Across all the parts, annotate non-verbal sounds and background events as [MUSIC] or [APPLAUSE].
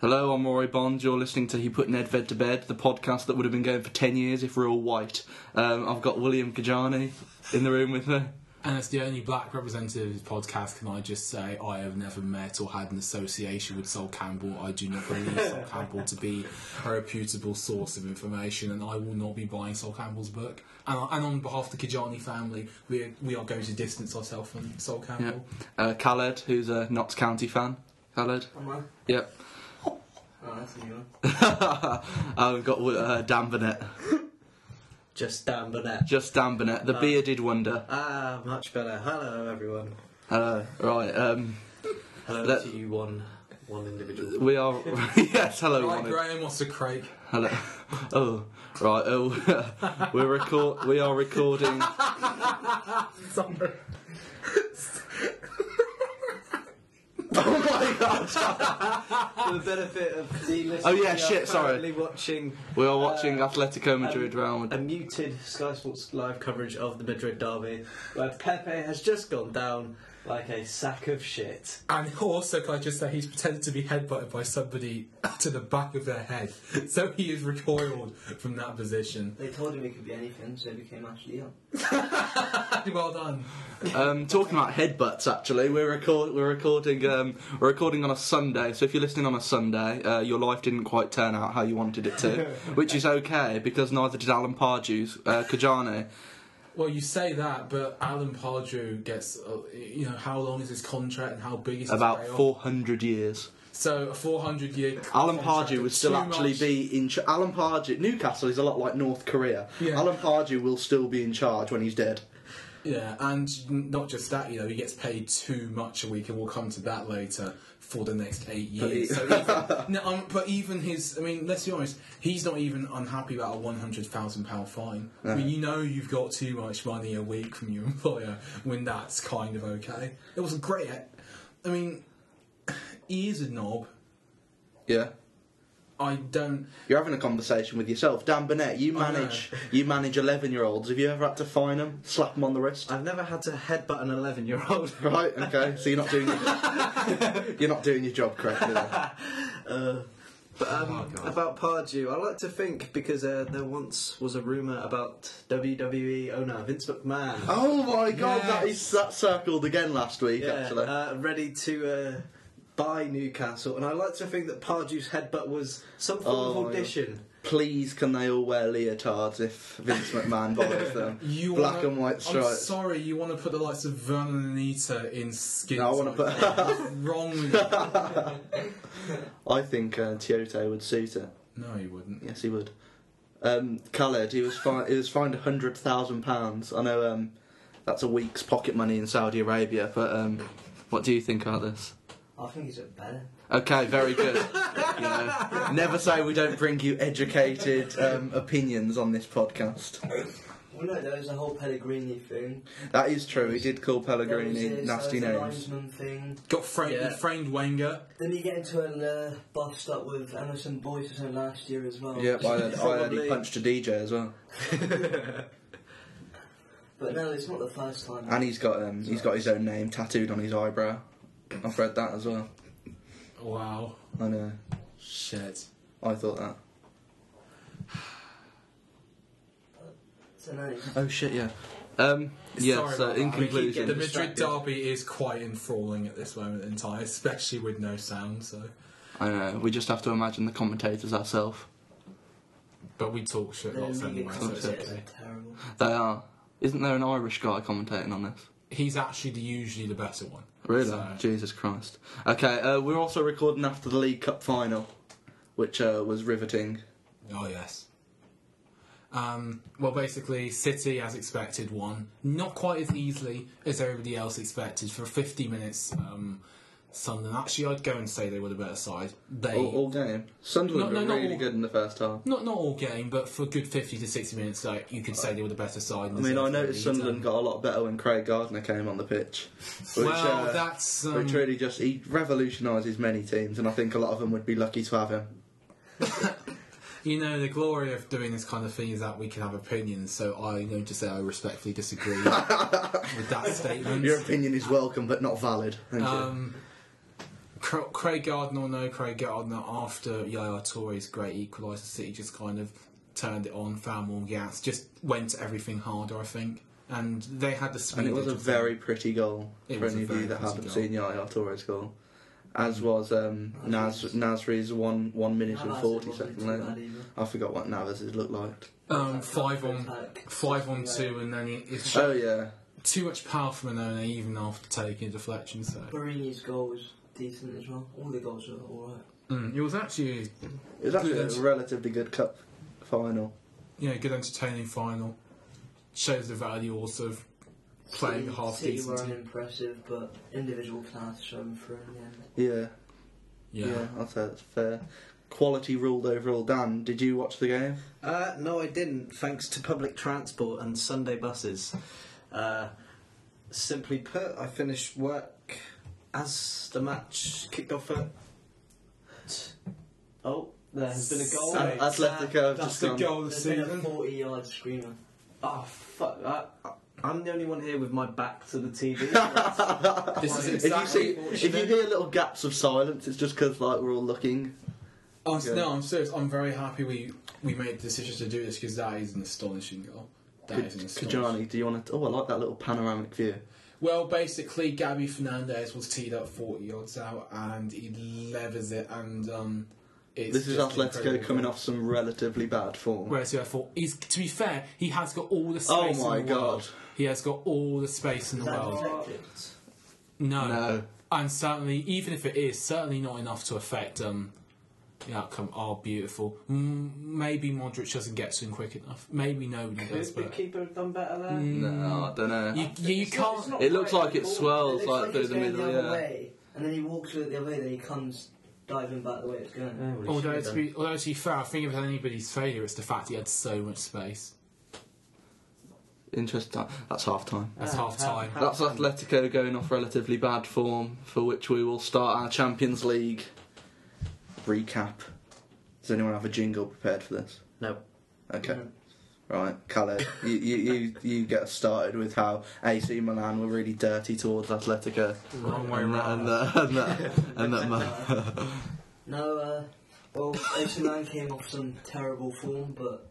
Hello, I'm Rory Bond. You're listening to He Put Ned Ved to Bed, the podcast that would have been going for 10 years if we we're all white. Um, I've got William Kajani in the room with me. And it's the only black representative podcast. Can I just say I have never met or had an association with Sol Campbell. I do not believe Sol Campbell to be a reputable source of information, and I will not be buying Sol Campbell's book. And, I, and on behalf of the Kijani family, we are, we are going to distance ourselves from Sol Yeah. Campbell. Uh, Khaled, who's a Notts County fan. Khaled? Am I? Yep. Oh, that's new. Uh, we've got uh, Dan Burnett. Just Dan Burnett. Just Dan Burnett, the bearded wonder. Ah, much better. Hello, everyone. Hello. Right, um, Hello Let- to you, one, [LAUGHS] one individual. we are. yes, hello, Right, Ronnie. Graham, what's a crake? Hello. [LAUGHS] Oh, right. Oh, [LAUGHS] we're record. We are recording. Sorry. Oh my god. For the benefit of the listeners, Oh, yeah, we are shit, sorry. currently watching um, We are watching Atletico Madrid Real Madrid. a muted Sky Sports live coverage of the Madrid derby, where Pepe has just gone down like a sack of shit. And also, can I just say, he's pretended to be headbutted by somebody [LAUGHS] to the back of their head. So he is recoiled from that position. [LAUGHS] They told him it could be anything, so he became Ash Leon. Well done. Um, talking about headbutts, actually, we're record we're recording um, we're recording on a Sunday. So if you're listening on a Sunday, uh, your life didn't quite turn out how you wanted it [LAUGHS] to, which is okay because neither did Alan Pardew's uh, Kajane. Well, you say that, but Alan Pardew gets, uh, you know, how long is his contract and how big is his About payoff? 400 years. So a 400 year. Alan contract Pardew and would still too actually much- be in. Ch- Alan Pardew, Newcastle is a lot like North Korea. Yeah. Alan Pardew will still be in charge when he's dead. Yeah, and n- not just that, you know, he gets paid too much a week, and we'll come to that later for the next eight years. But so [LAUGHS] even, no, um, but even his, I mean, let's be honest, he's not even unhappy about a £100,000 fine. I mean, you know you've got too much money a week from your [LAUGHS] employer when that's kind of okay. It was a great. e, I mean, he is a knob. Yeah. I don't. You're having a conversation with yourself, Dan Burnett. You I know. manage you manage eleven year olds. Have you ever had to fine them, slap them on the wrist? I've never had to headbutt an 11 year old. Right. Okay. So you're not doing your, [LAUGHS] you're not doing your job correctly. Then. Uh, but Oh um, God. about Pardew, I like to think because uh, there once was a rumor about WWE owner Vince McMahon. Oh my god, that is Yes. that circled again last week. yeah, Actually, Uh, ready to uh, buy Newcastle, and I like to think that Pardew's headbutt was some form Oh, of yeah. audition. please can they all wear leotards if Vince McMahon [LAUGHS] buys them? You Black wanna- and white I'm stripes. sorry, you want to put the likes of Vernon and Anita in skins. No, I wanna like put- [LAUGHS] that. What's wrong with you? I think uh, Tiote would suit her. No, you wouldn't. Yes, he would. Um, Khaled, he was fined. He was fined hundred thousand pounds. I know um, that's a week's pocket money in Saudi Arabia. But um, what do you think about this? I think he's a better. Okay, very good. you know, never say we don't bring you educated um, opinions on this podcast. Well, no, there was a whole Pellegrini thing. That is true. He did call There was Pellegrini this, nasty there was names. The linesman thing. Got framed, Yeah. framed Wenger. Then you get into an uh, bust up with Emerson Boyce or something last year as well. Yeah, I heard, I heard he Probably. punched a DJ as well, [LAUGHS] But no, it's not the first time. and he's got um, he's got his own name tattooed on his eyebrow. I've read that as well. Wow. I know. Shit. I thought that. So no, it's- Oh shit! Yeah. Um, yeah. Sorry so about in that. I mean, he conclusion, The get Madrid distracted. derby is quite enthralling at this moment in time, [LAUGHS] especially with no sound. So, I know. We just have to imagine the commentators ourselves. but we talk shit the lots media anyway, so it's commentators okay. are terrible. They are. Isn't there an Irish guy commentating on this? He's actually the, usually the better one. Really? So- Jesus Christ. Okay, uh, we're also recording after the League Cup final, which uh, was riveting. Oh yes. Um, well, basically, City, as expected, won. Not quite as easily as everybody else expected. For 50 minutes, um, Sunderland. Actually, I'd go and say they were the better side. They All, all game. Sunderland No, no, were not really all. good in the first half. not not all game, but for a good 50 to 60 minutes, like you could say they were the better side. I mean, I noticed Sunderland got a lot better when Craig Gardner came on the pitch, which, well, uh, that's um, which really just he revolutionises many teams, and I think a lot of them would be lucky to have him. You know, the glory of doing this kind of thing is that we can have opinions, so I'm going to say I [LAUGHS] respectfully disagree with that statement. Um, Your opinion is welcome, but not valid. Thank you. Um, Cra- Craig Gardner or no Craig Gardner, after Yaya Touré's great equaliser, City just kind of turned it on, found more gaps, just went to everything harder, I think. And they had the speed. And it was they a just- very pretty goal It for was a any of you very that pretty haven't goal. seen Yaya Touré's goal. As was um, Naz, Nasri's one one minute and forty seconds later. I forgot what Navas's looked like. um, five on five on two, and then it, it's Oh yeah, too much power for Manone even after taking a deflection. So Barini's goal was decent as well. All the goals were alright. Mm, it was actually it was actually Good. a relatively good cup final. you know good entertaining final. Shows the value also of playing a City- half City decent were team. unimpressive, but individual class shone through in the end. Yeah, Yeah. yeah, I'd say that's fair. Quality ruled overall. Dan, did you watch the game? Uh, no, I didn't, thanks to public transport and Sunday buses. Uh, simply put, I finished work as the match kicked off at. Oh, there has been a goal. Sorry. That's Atletico have That's just the gone. goal of the There's been a season. 40 yard screamer. Oh, fuck. I, I- I'm the only one here with my back to the TV. That's- This is If you see, exactly. if you hear little gaps of silence, it's just because like we're all looking. I'm, s- Yeah. No, I'm serious. I'm very happy we we made the decision to do this because that is an astonishing goal. That is an astonishing. Kajani, do you want to? Oh, I like that little panoramic view. Well, basically, Gabby Fernandez was teed up 40 yards out and he levers it. And um, it's this is just Atletico incredible. coming off some relatively bad form. Whereas I thought he's to be fair, he has got all the Oh space. my in the God. World. He has got all the space in Is the that world. deflected? No. No. And certainly, even if it is, certainly not enough to affect um, the outcome. Oh, beautiful. Mm, maybe Modric doesn't get to him quick enough. Maybe nobody does. Could the But Mm, keeper have done better there? No, I don't know. you, you, you It's not- can't. it's not it looks quite like it ball. swells It looks like through it's the going middle, The other yeah. way, and then he walks through it the other way, then he comes diving back the way it's going. Oh, well, Although should've to, done. be, although to be fair, I think if anybody's failure, it's the fact he had so much space. Interesting. That's half time. That's Ah, half time. ah, ah. That's Atletico going off relatively bad form, for which we will start our Champions League recap. Does anyone have a jingle prepared for this? No. Okay. Right, Khaled, you, you, you, you get us started with how AC Milan were really dirty towards Atletico. Wrong way and that, round. and that, and that, and that Mil- No, uh, well, AC Milan came off some terrible form, but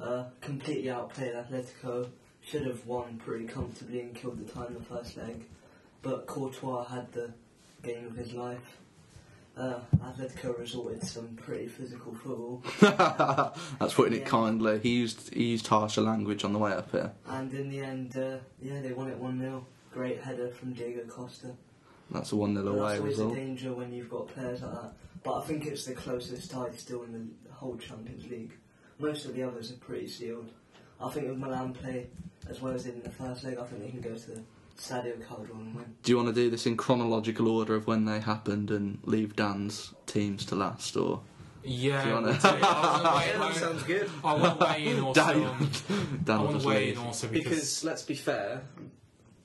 uh, completely outplayed Atletico. Should have won pretty comfortably and killed the time in the first leg, but Courtois had the game of his life. Uh, Atletico resorted to some pretty physical football, [LAUGHS] That's putting it Yeah. kindly. He used he used harsher language on the way up here. and in the end, uh, yeah, they won it 1 0. Great header from Diego Costa. That's a one 0 That's away always a result. danger when you've got players like that. But I think it's the closest tie still in the whole Champions League. Most of the others are pretty sealed. I think if Milan play as well as they did in the first leg, I think they can go to the Stadio Calderon and win. Do you want to do this in chronological order of when they happened and leave Dan's teams to last, or Yeah. Do you wanna- we do. [LAUGHS] I Yeah, that want to sounds good. I want to weigh in also. Dan- [LAUGHS] on- I Dan will want just to weigh leave? in also [LAUGHS] because Because let's be fair,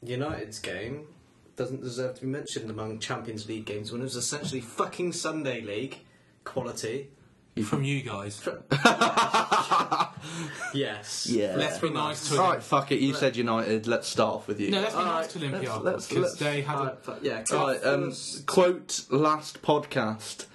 United's game doesn't deserve to be mentioned among Champions League games when it was essentially fucking Sunday League quality. from you guys. Yes. Yeah. Let's be nice to All him. right, fuck it. You said United. Let's start off with you. No, let's be All nice right, to let's- Olympiacos let's- because let's- they had Uh, a but yeah. All right. Um, quote last podcast.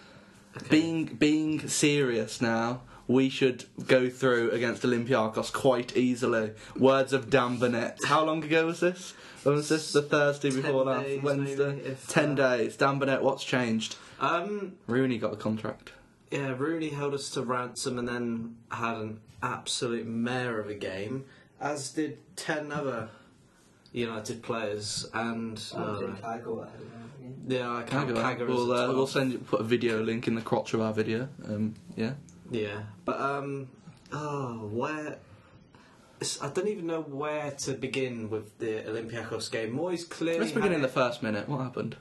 Being being serious now, we should go through against Olympiacos quite easily. Words of Dan Burnett. How long ago was this? When was this? The Thursday before last days, Wednesday. maybe, if, Ten uh, days. Dan Burnett. What's changed? um, Rooney got a contract. Yeah, Rooney held us to ransom and then had an absolute mare of a game, as did 10 other United players. And uh, I go ahead. yeah, I can't Hang on. Kagawa We'll, uh, we'll well. send you, put a video link in the crotch of our video. Um, yeah. Yeah, but um, oh, where. it's- I don't even know where to begin with the Olympiacos game. Moyes clearly. Let's begin had in the it- first minute. What happened?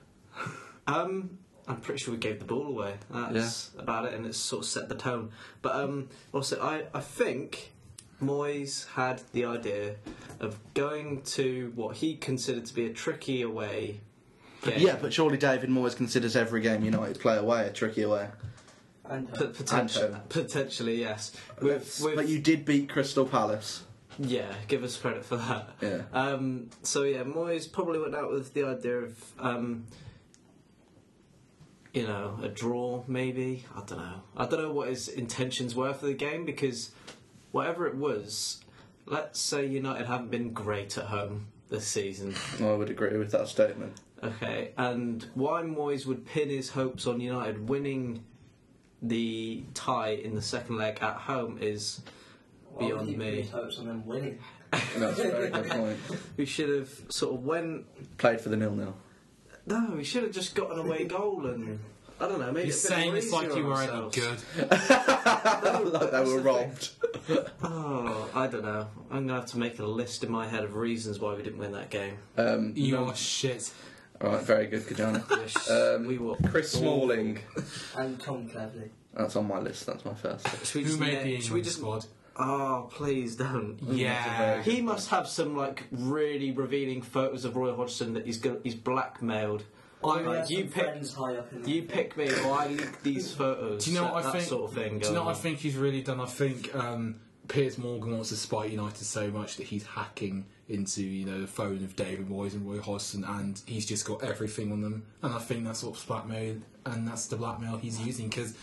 Um, I'm pretty sure we gave the ball away. That's about it, and it's sort of set the tone. But um, also, I, I think Moyes had the idea of going to what he considered to be a tricky away. Game. Yeah, but surely David Moyes considers every game United play away a tricky away. And uh, P- potentially, And potentially, yes. With, with, But you did beat Crystal Palace. yeah, give us credit for that. Yeah. Um, so yeah, Moyes probably went out with the idea of um, you know, a draw maybe. I don't know. I don't know what his intentions were for the game because whatever it was, let's say United haven't been great at home this season. I would agree with that statement. Okay, and why Moyes would pin his hopes on United winning the tie in the second leg at home is Why would Beyond you put me. his hopes on them winning. That's a very good point. we should have sort of went. Played for the nil [LAUGHS] nil. No, we should have just got [LAUGHS] an away goal and. I don't know. Maybe You're saying it's like you were any good. like they were robbed. Oh, I don't know. I'm gonna have to make a list in my head of reasons why we didn't win that game. Um, You are shit. all right, very good, Kajana. Yes, Um, we were. Chris Smalling. And Tom Cleverley. That's on my list. That's my first. Should we Who just made name- the should we England just- squad? Oh, please don't. Yeah. He must have some like really revealing photos of Roy Hodgson that he's go- he's blackmailed. We had like, you some pick friends high up in the you pick me or I leak these photos. Do you know that, what I that think? sort of do you thing? know going what I on. think he's really done? I think um, Piers Morgan wants to spite United so much that he's hacking into you know the phone of David Moyes and Roy Hodgson, and he's just got everything on them. And I think that's what's blackmail, and that's the blackmail he's using because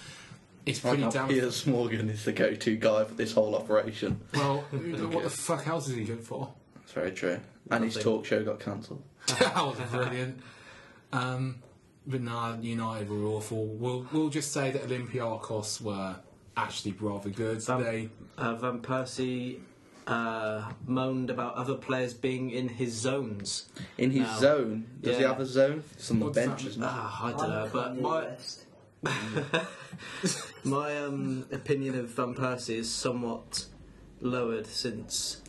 it's I [LAUGHS] pretty know damn. Piers Morgan is the go-to guy for this whole operation. [LAUGHS] Well, what the fuck else is he good [LAUGHS] for? [LAUGHS] That's very true. And his Nothing. talk show got cancelled. that was brilliant. Um, but no, United were awful. We'll we'll just say that Olympiacos were actually rather good. Um, they Uh, Van Persie uh, moaned about other players being in his zones. In his No. zone. Does he Yeah. have a zone? It's on the What does bench, that isn't it? Ah, I don't know, I'm but Kanye my [LAUGHS] West. my um, opinion of Van Persie is somewhat lowered since.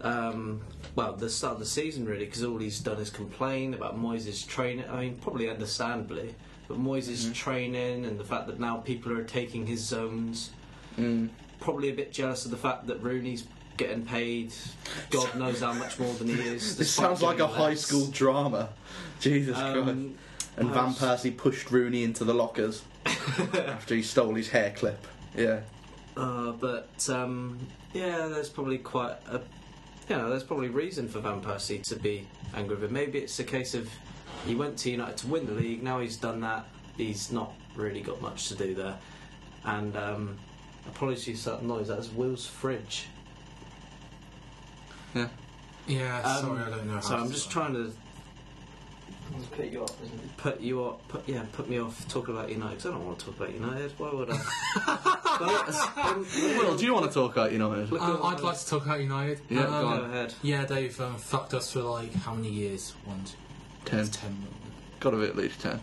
Um, well, the start of the season, really, because all he's done is complain about Moyes' training. I mean, probably understandably, but Moyes' training and the fact that now people are taking his zones. Mm. Probably a bit jealous of the fact that Rooney's getting paid God knows how much more than he This is. despite sounds like a doing high less. school drama. [LAUGHS] Jesus Christ. Um, And Van perhaps- Persie pushed Rooney into the [LAUGHS] lockers after he stole his hair clip. Yeah. Uh, but um, yeah, there's probably quite a you know, there's probably reason for Van Persie to be angry with him. Maybe it's a case of he went to United to win the league. Now he's done that. He's not really got much to do there. And um, apologies for that noise. That's Will's fridge. yeah. Um, sorry, I don't know. How So to I'm just say. trying to He's put you up, isn't he? put you off. Put, yeah, put me off talking about United. 'cause I don't want to talk about United. Why would I? [LAUGHS] But, um, Will, do you want to talk about United? look Um, at- I'd like to talk about United. Yeah, Um, go go on. ahead. Yeah, they've um, fucked us for like how many years? One, two, Ten. ten, Got to be at least ten.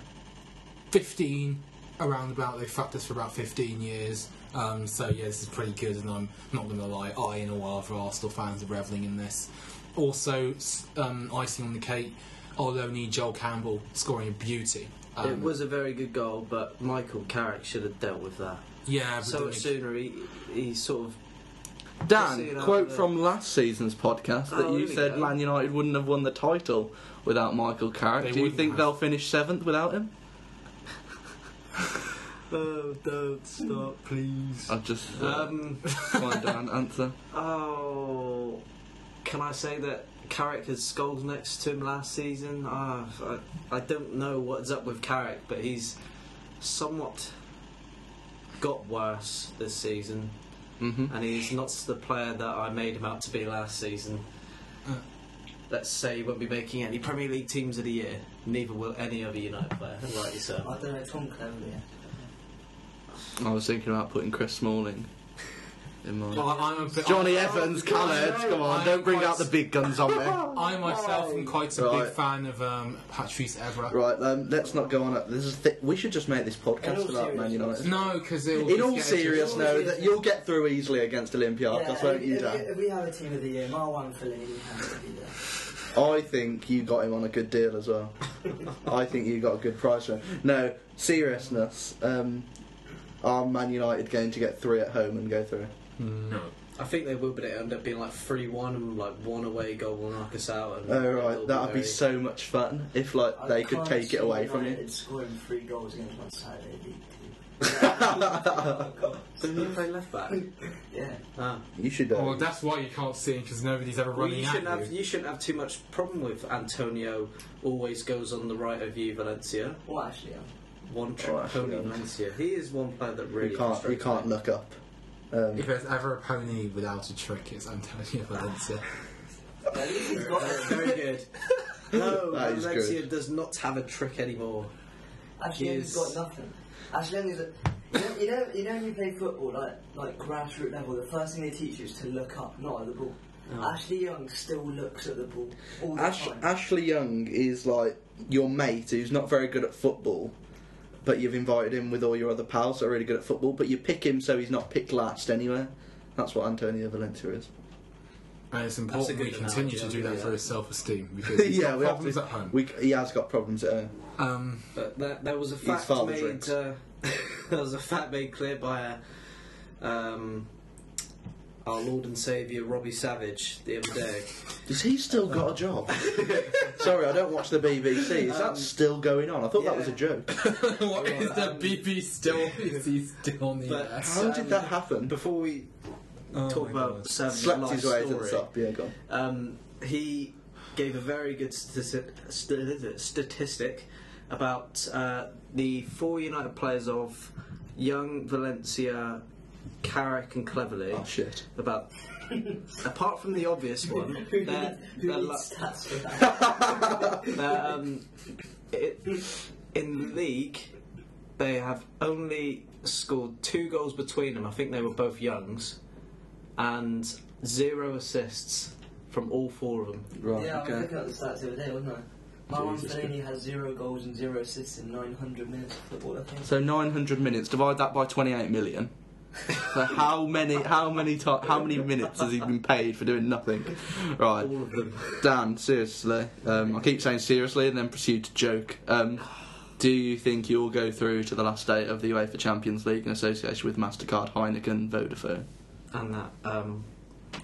fifteen. Around about they fucked us for about fifteen years. Um, so yeah, this is pretty good, and I'm not going to lie. I and all other Arsenal fans are reveling in this. Also, s- um, icing on the cake, I'll only Joel Campbell scoring a beauty. Um, It was a very good goal, but Michael Carrick should have dealt with that. yeah, but So then much it- sooner, he, he sort of Just so Dan, you know, quote the- from last season's podcast that Oh, you there we said go. Man United wouldn't have won the title without Michael Carrick. They Do you wouldn't think have. they'll finish seventh without him? Oh, don't stop, please. I've just uh, Um, come on, Dan, [LAUGHS] answer. oh, can I say that Carrick has skulls next to him last season? Ah, I, I don't know what's up with Carrick, but he's somewhat got worse this season, hmm and he's not the player that I made him out to be last season. Uh. Let's say he won't be making any Premier League teams of the year. Neither will any other United player, [SIGHS] like I yourself. don't know Tom Cleverley. I was thinking about putting Chris Smalling in my. Well, I'm a bit- Johnny Evans, Khaled, come on, I'm don't bring out quite- the big guns on me. I myself am quite a Right. big fan of um, Patrice Evra. right, um, let's not go on. Up. This is th- we should just make this In all podcast about Man United. seriousness. No, because it In all seriousness, no, that you'll get through easily against Olympiacos, if, won't you, if- Dan? if we have a team of the year, my one for Lee has to be there. I think you got him on a good deal as well. I think you got a good price for him. No, seriousness. Um, are Man United going to get three at home and go through? No. I think they will, but it ended up being like 3 1 and like one away goal will knock us out. And Oh it'll right, that'd be very- so much fun if like I they could can't take see it away from United you. scoring three goals against Man Saturday League. Didn't you play left back? Yeah. ah. You should. Uh, Oh, Well, that's why you can't see him because nobody's ever Well, running you, at shouldn't you. have, you shouldn't have too much problem with Antonio always goes on the right of you, Valencia. Well, actually, yeah. One trick Oh, actually, pony um, Mancia. He is one player that really we can't we frustrates can't me. look up. Um, If there's ever a pony without a trick, it's Antonio Valencia. At least he's [LAUGHS] got That's it. very good. [LAUGHS] No, That is Valencia good. does not have a trick anymore. Actually, Yes. he's got nothing. Actually, only the. You know, you know, you know when you play football, like like grassroots level, the first thing they teach you is to look up, not at the ball. Ashley Young still looks at the ball all the Ash- time. Ashley Young is like your mate who's not very good at football, but you've invited him with all your other pals that are really good at football, but you pick him so he's not picked last anywhere. That's what Antonio Valencia is. And it's important good we continue to analogy, do that yeah. for his self [LAUGHS] esteem because he's yeah, got we have problems to- at home. we- he has got problems at home. um, [LAUGHS] But that that was a fact father made. drinks. Uh, [LAUGHS] that was a fact made clear by uh, um, our Lord and Saviour Robbie Savage the other day. [LAUGHS] Does he still got a job? Sorry, I don't watch the BBC. Is Um, that still going on? I thought that was a yeah. joke. what is the Um, BP still? [LAUGHS] Is he still on the But- air? How did that happen? Before we Oh talk my about God. Savage's Slept life his way to story, the top. Yeah, go on. um, he gave a very good statistic, st- statistic about uh, the four United players of Young, Valencia, Carrick, and Cleverly. Oh shit. About apart from the obvious one, [LAUGHS] Who they're, needs, they're, who la- needs stats for that? they're, um, it, in the league they have only scored two goals between them. I think they were both Youngs, and zero assists from all four [LAUGHS] of them. Right. yeah, I was Oh, okay. looking at the stats the other day, wasn't I? Marwan Jesus. Fellaini has zero goals and zero assists in 900 minutes of football, I think. So 900 minutes. Divide that by 28 million. so how many? How many? To- how many minutes has he been paid for doing nothing? Right. All of them. Dan, seriously, um, I keep saying seriously and then proceed to joke. Um, do you think you'll go through to the last day of the UEFA Champions League in association with Mastercard, Heineken, Vodafone, And that, um,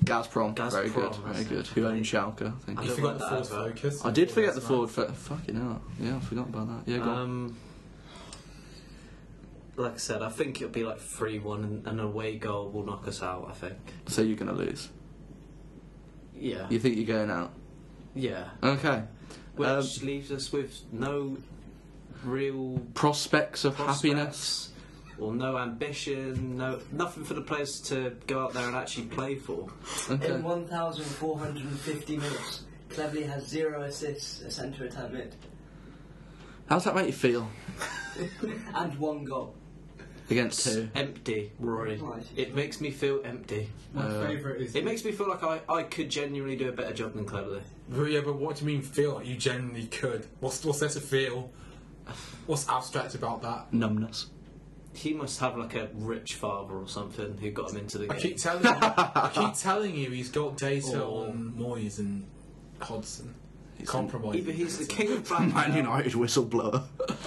Gazprom? very Gazprom, good, very that's good. it. Who owns Schalke? I think. I You don't forgot like the that Ford advert. Focus. I did forget the That's Ford. nice. Fo- fucking hell. Yeah, I forgot about that. Yeah, go on. um, like I said, I think it'll be like three-one, and an away goal will knock us out. I think. So you're gonna lose. Yeah. You think you're going out? Yeah. Okay. Which Um, leaves us with no real Prospects of happiness. prospects or no ambition, no nothing for the players to go out there and actually play for. Okay. In 1,450 minutes, Cleverly has zero assists, a centre attack mid, How's that make you feel and one goal. against It's who? empty, Rory. Right. It makes me feel empty. My Uh, favourite is. It makes me feel like I, I could genuinely do a better job than Cleverly. Well, yeah, but what do you mean feel like you genuinely could? What's what's there to feel? What's abstract about that? Numbness. He must have like a rich father or something who got him into the I [LAUGHS] game. keep telling you, I keep telling you, he's got data Oh. on Moyes and Hodgson. He's Compromise. Either he's the king of Man blackmail. United whistleblower.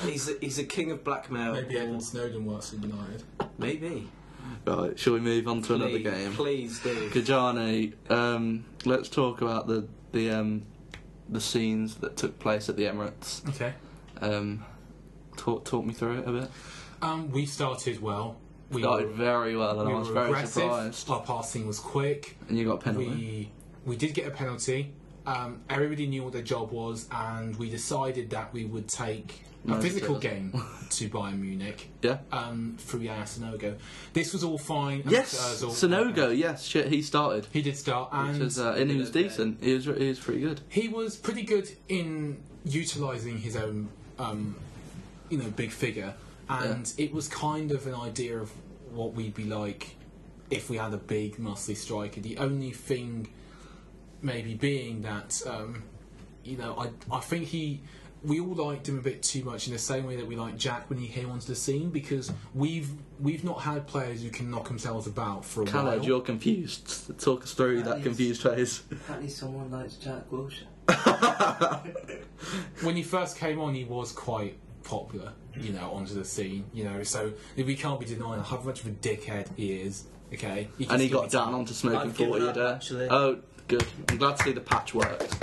he's the, he's the king of blackmail. Maybe or- Edward Snowden works at United. maybe. [LAUGHS] right, shall we move on to another Please- game? Please do. Kajani, um, let's talk about the the um, the scenes that took place at the Emirates. Okay. Um, talk talk me through it a bit. Um, we started well. We Started very well, and we I was were very aggressive. surprised. Our passing was quick. And you got a penalty. We we did get a penalty. Um, everybody knew what their job was, and we decided that we would take a Most physical of it. [LAUGHS] game to Bayern Munich yeah. um, through Yaya Sonogo. This was all fine. and Yes, Özil- Sonogo. Yes, shit. He started, He did start, which and is uh, and he was Okay. decent. He was he was pretty good. he was pretty good in utilizing his own, um, you know, big figure, and it was kind of an idea of what we'd be like if we had a big, muscly striker. The only thing, maybe, being that, um, you know, I I think he. We all liked him a bit too much in the same way that we liked Jack when he came onto the scene because we've we've not had players who can knock themselves about for a while. Khaled, you're confused. Talk us through that Yes. confused face. Apparently, someone likes Jack Wilshere. when he first came on, he was quite popular, you know, onto the scene, you know. So we can't be denying how much of a dickhead he is. Okay, can And he still got be- down onto smoking I've given forty a up, day. actually. Oh, good. I'm glad to see the patch worked.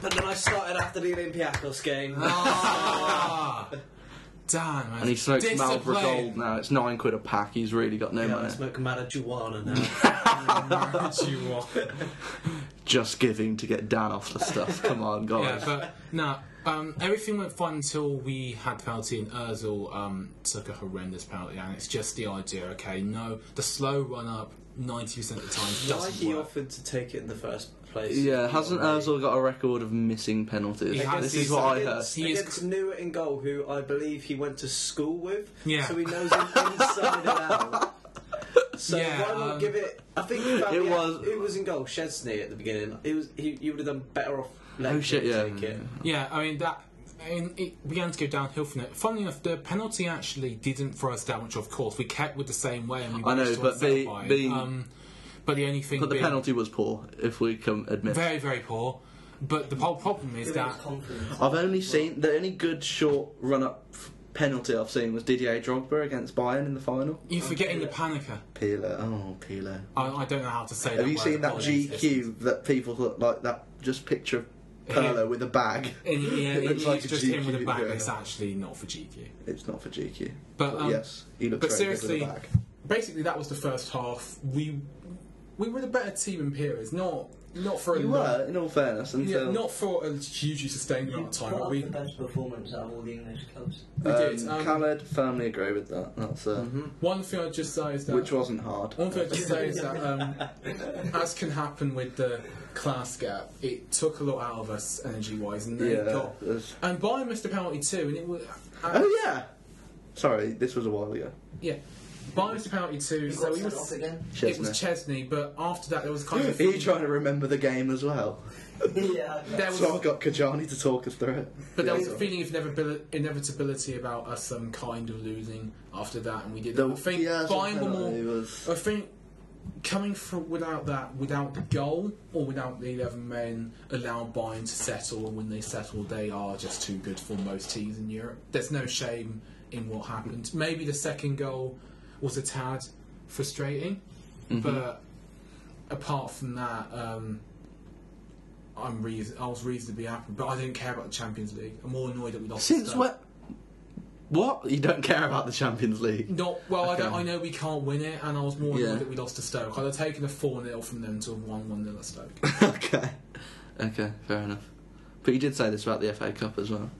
But then I started after the Olympiacos game. [LAUGHS] Ah, damn, man. And he smokes Discipline. Marlboro Gold now. It's nine quid a pack. He's really got no Yeah, I money. smoke marijuana now. You are- just giving to get Dan off the stuff. Come on, [LAUGHS] Yeah, guys. but no, um, everything went fine until we had the penalty, and Özil um, took a horrendous penalty, and it's just the idea. Okay, no, the slow run up ninety percent of the time Why doesn't he work. offered to take it in the first place? Yeah, hasn't Not really. Özil got a record of missing penalties? He has. This He's- is what I heard. against, He is against Newitt in goal, who I believe he went to school with. Yeah. So he knows him inside [LAUGHS] and out. So Yeah, why not um, give it? I think It it was- was who was in goal Chesney at the beginning. It was he. You would have done better off. letting Oh, shit, him yeah. Take it. Yeah, I mean that. I mean, it began to go downhill from it. Funnily enough, the penalty actually didn't throw us that much. Of course, we kept with the same way, and we I know, managed to but offset the- by it. the- um, but the only thing, But the being penalty was poor, if we can admit. very very poor. But the whole problem is It that was confidence. I've only seen the only good short run up penalty I've seen was Didier Drogba against Bayern in the final. you're forgetting the panicker. Pilo, oh Pilo. I, I don't know how to say. Have that you word. seen that Apologies. GQ that people look like that just picture of Yeah. Perlo with a bag? [LAUGHS] [LAUGHS] And, yeah, It it looks is like a just him with a GQ, bag. yeah. It's actually not for GQ. It's not for GQ. But, um, yes, he looks but very good seriously- with a bag. basically that was the first half. We we were the better team in periods, not not for a You long- were, in all fairness, yeah, until not for a hugely sustained amount of time. Put But up we, the best performance out of all the English clubs. [LAUGHS] we did. um, Um, Khaled firmly agree with that. That's uh, one thing I'd just say is that which wasn't hard. one thing I'd just say is that um, [LAUGHS] as can happen with the class gap, it took a lot out of us energy wise, and they yeah. got there's- and Bayern missed a penalty too, and it was uh, Oh yeah. Sorry, this was a while ago. yeah. Bayern missed a penalty too, You so got we sent off was. again? It Chesney. was Chesney, but after that there was kind of Are you trying to remember the game as well? yeah. there was So I've got Kajani to talk us through it. But there was Yeah. a feeling of inevitabil- inevitability about us um, kind of losing after that, and we did. The- I think yeah, so Bayern were penalty more. was- I think coming from without that, without the goal or without the eleven men, allowed Bayern to settle, and when they settle, they are just too good for most teams in Europe. There's no shame in what happened. Maybe the second goal was a tad frustrating, but apart from that. Um, I'm reason- I was reasonably happy, but I didn't care about the Champions League. I'm more annoyed that we lost. Since the- what? What? You don't care about the Champions League? Not well. I, don't, Okay. I know we can't win it, and I was more annoyed Yeah. that we lost to Stoke. I'd have taken a four 0 from them to a one one 0 at [LAUGHS] Stoke. okay. Okay, fair enough. But you did say this about the FA Cup as well.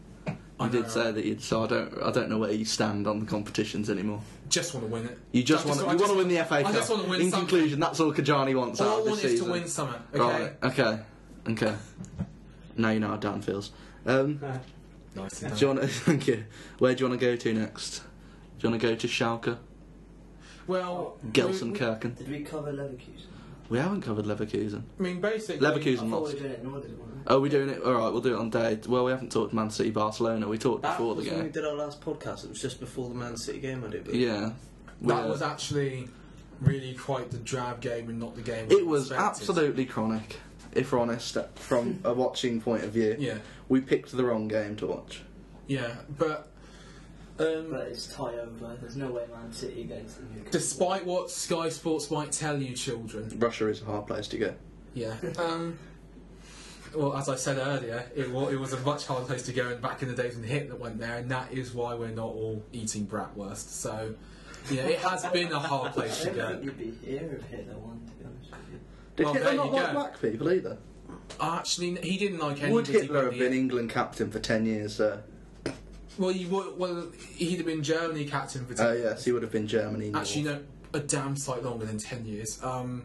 You I did know. say that you'd. So I don't. I don't know where you stand on the competitions anymore. Just want to win it. You just I want. I You want to win the FA I Cup. just want to win In something. conclusion, that's all Kajani wants out All I of this want is to season. win something. Okay. Right. Okay. Okay. now you know how Dan feels. Um, Nice. do you want to, [LAUGHS] thank you. Where do you want to go to next? Do you want to go to Mm, Schalke, Well, we, we, Gelsenkirchen? Did we cover Leverkusen? We haven't covered Leverkusen. I mean, basically, I Leverkusen thought we lost. were doing it in order, weren't we? Oh, we're doing it. All right, we'll do it on day. Well, we haven't talked Man City, Barcelona. We talked That before was the when we game. did our last podcast. It was just before the Man City game. I do believe. Yeah, That We're- was actually really quite the drab game and not the game. we It was expected. absolutely chronic. If we're honest, [LAUGHS] from a watching point of view, Yeah, we picked the wrong game to watch. yeah, but. Um, But it's tie over. There's no way Man City against Newcastle. Despite what Sky Sports might tell you, children. Russia is a hard place to go. Yeah. Um, well, as I said earlier, it was, it was a much harder place to go in back in the days when Hitler went there, and that is why we're not all eating bratwurst. So, yeah, it has been a hard place to I don't go. think you'd be here if Hitler won, to be honest with you. Did Well, Hitler there not you like go. black people either? Actually, he didn't like any Would Hitler have particularly- been England captain for ten years? Uh, Well, you would, well, he'd have been Germany captain for ten oh yes, he would have been Germany. North. Actually, no, a damn sight longer than 10 years. Um,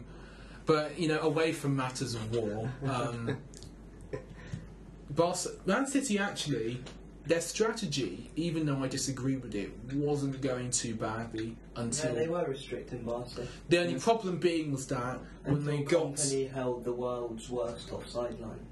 but, you know, away from matters of war, um, Barca- Man City actually, their strategy, even though I disagree with it, wasn't going too badly Yeah, until. they were restricting Barca. the only problem being was that when Until they got. Company held the world's worst offside line.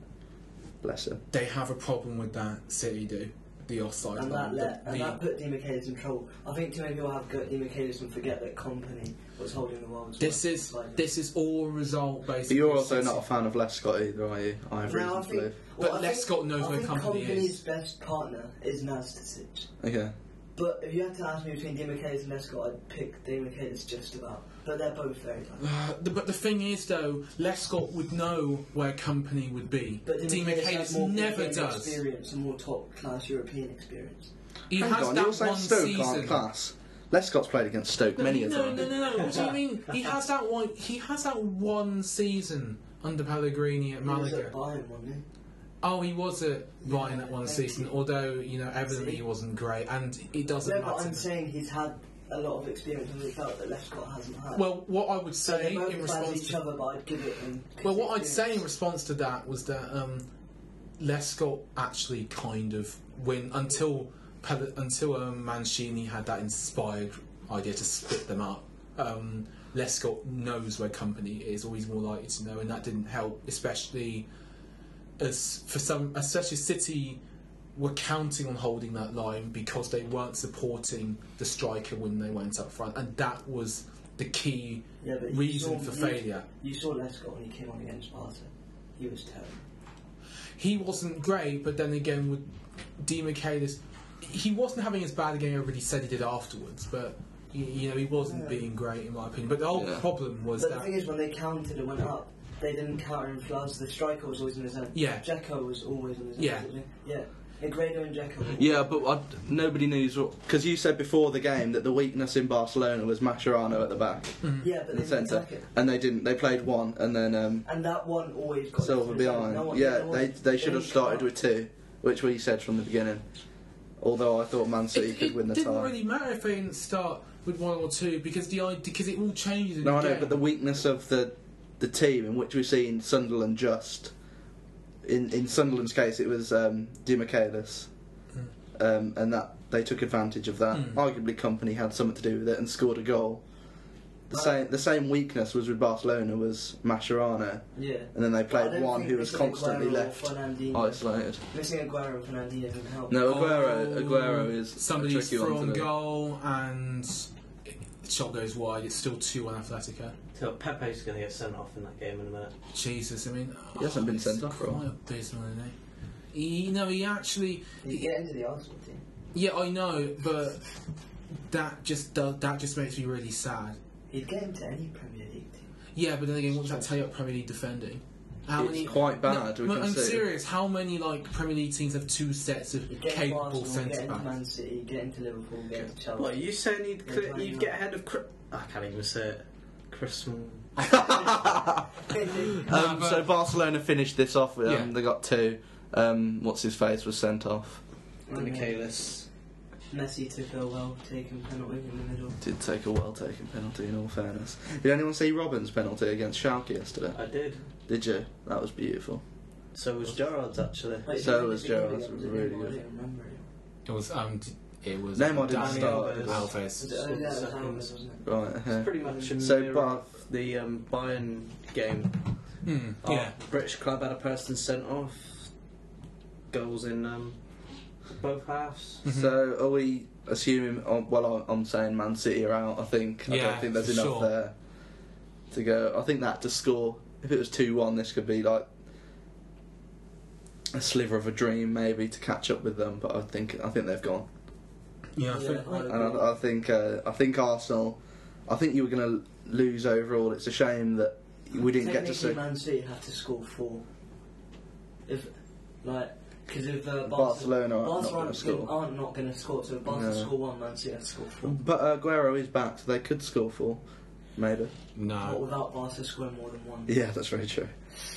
bless him. They have a problem with that, City do. The offside And that, line. let, the- and the- that put Di Michaelis in trouble. I think too many people have got Di Michaelis and forget that Company was holding the world's this worst is offside line. this is all result But basically. you're also City. not a fan of Les Scott either, are you? I have No, I reason to think, believe. But well, I Les think- Scott knows I where think Company is. Company's best partner is Nastasic. Okay. But if you had to ask me between Di Michaelis and Les Scott, I'd pick Di Michaelis just about. But they're both very [SIGHS] talented. Uh, the- but the thing is, though, Lescott would know where company would be. But Dean has Michaelis more never European does. Experience and more top class European experience. He Hang has on, that you're one saying Stoke aren't season. class. Les Scott's played against Stoke many a no, time. no, no, no. What do you mean? He has that one. He has that one season under Pellegrini at He was Malaga. at Bayern, wasn't he? Oh, he was at Bayern that one Yeah. season, although, you know, evidently he wasn't great, and it doesn't No, but I'm matter. saying he's had a lot of experience on the felt that Lescott hasn't had. Well, what I would so say they both in bad response each to other, but I'd give it him. Well, what I'd say in response to that was that um, Lescott actually kind of when until Pel- until um, Mancini had that inspired idea to split them up. Um, Lescott knows where company is, or he's more likely to know, and that didn't help, especially as for some, especially City were counting on holding that line because they weren't supporting the striker when they went up front, and that was the key Yeah, but you reason saw- for you- failure. You saw Lescott when he came on against Sparta. He was terrible. he wasn't great, but then again with D Michaelis, he wasn't having as bad a game everybody said he did afterwards, but y- you know, he wasn't being great in my opinion. But the whole Yeah. problem was But the that thing is, when they counted and went up, they didn't counter in floods. The striker was always in his end. Yeah. Jacko was always in his end. Yeah. wasn't he? Yeah. Negredo and Jacko. Yeah, but I, nobody knows what. Because you said before the game that the weakness in Barcelona was Mascherano at the back, Yeah, but in they the Hmm. didn't centre. attack it. And they didn't. They played one and then um, And that one always got Silva left in his end. behind. No one- yeah, no one- they, they should have didn't started count. with two, which we said from the beginning. Although I thought Man City it, could it win the didn't tie. really matter if they didn't start with one or two because the idea because it all changes. in No, I the know, game. but the weakness of the the team in which we've seen Sunderland just in in Sunderland's case it was um, Di Michaelis, um, and that they took advantage of that. Mm. Arguably, Company had something to do with it and scored a goal. The same the same weakness was with Barcelona was Mascherano, Yeah. and then they But I played don't one think who was missing constantly Aguero or left Fernandinho- isolated. Missing Aguero and Fernandinho doesn't help. No, Aguero Oh, Aguero is a somebody's tricky one thrown to know. goal and the shot goes wide. It's still two one Atletico. So Pepe's going to get sent off in that game in a minute. Jesus, I mean, oh, He hasn't been it's sent off for a quite while. abysmal, isn't he? he? No, he actually You get into the Arsenal team. Yeah, I know, but that just does, that just makes me really sad. He'd get into any Premier League team. Yeah, but then again, what does that tell you about Premier League defending? How It's quite bad, we No, can I'm see. serious. How many like Premier League teams have two sets of He'd get into capable Arsenal, centre get into Man backs? City, get into Liverpool, get into Chelsea. [LAUGHS] What, you saying you'd, cl- you'd get get ahead of Chris... I can't even say it. Chris... Nah, Um, but- so Barcelona finished this off. Um, Yeah. They got two. Um, what's his face was sent off. Mm. Michaelis. Messi took a well taken penalty in the middle. Did take a well taken penalty. In all fairness, did anyone see Robin's penalty against Schalke yesterday? I did. Did you? That was beautiful. So was Gerard's, actually. Like, So the was beginning Gerrard's, of the really game, I good. don't remember it. It was um, d- it was Neymar didn't Daniel start, it was- Was Alves. it- oh, yeah, it was Seconds. Alves, wasn't it? Right. uh-huh. Pretty much a So, mirror but- of the um, Bayern game. Hmm, Oh. Our yeah, British club had a person sent off. Goals in um, both [LAUGHS] halves. Mm-hmm. So are we assuming? Um, well, I- I'm saying Man City are out. I think. I Yeah, don't think there's for enough sure. there to go. I think that to score. If it was two one, this could be like a sliver of a dream, maybe to catch up with them. But I think I think they've gone. yeah. I Yeah, think- I- And I, I think uh, I think Arsenal. I think you were going to lose overall. It's a shame that we didn't get to see. Technically, Man City have to score four. If, like, because if uh, Barcelona aren't not Barcelona gonna score. aren't not going to score, so if Barcelona No. score one, Man City have to score four. But uh, Aguero is back, so they could score four, maybe. But no, without Barca scoring more than one. Yeah, that's very true.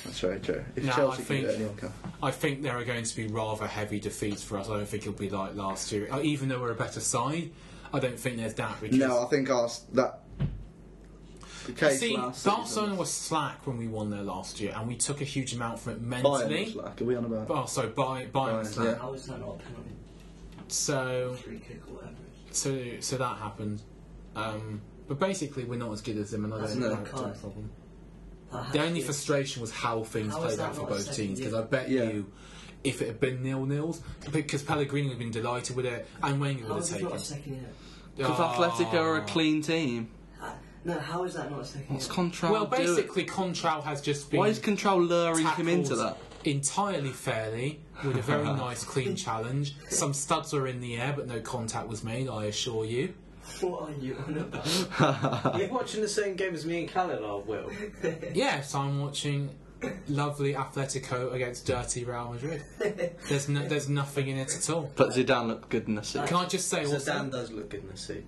That's very true. If No, I Chelsea think- can do it, anyone can. I think there are going to be rather heavy defeats for us. I don't think it'll be like last year. Uh, Even though we're a better side, I don't think there's that. Because No, I think Ars- that. The case See, last season- Barcelona was slack when we won there last year, and we took a huge amount from it Bayern was mentally. like, are we on about? Oh, sorry, Bayern, Bayern, Bayern, was slack. How is that not a penalty? So, Free kick or whatever. it so, so that happened. Um, but basically, we're not as good as them, and I That's don't no think that's a card. problem. is. The only frustration was how things How is played that out for not a both second teams because I yellow? bet Yeah. you, if it had been nil nils, because Pellegrini would have been delighted with it, and Wenger How would have is it taken. not a it. second yellow? Because Ah. Atletico are a clean team. Ha- No, how is that not a second What's yellow? Contral Well, doing? basically, Contral has just been. Why is Contral luring him tackled into that? Entirely fairly, with [LAUGHS] a very nice clean challenge. Some studs were in the air, but no contact was made, I assure you. What are you on [LAUGHS] about? Are you watching the same game as me and Khaled are, Will? Yes, I'm watching lovely Atletico against dirty Real Madrid. There's no, there's nothing in it at all. But Zidane looked good in the city. Can I just say So Dan also, does look good in the suit.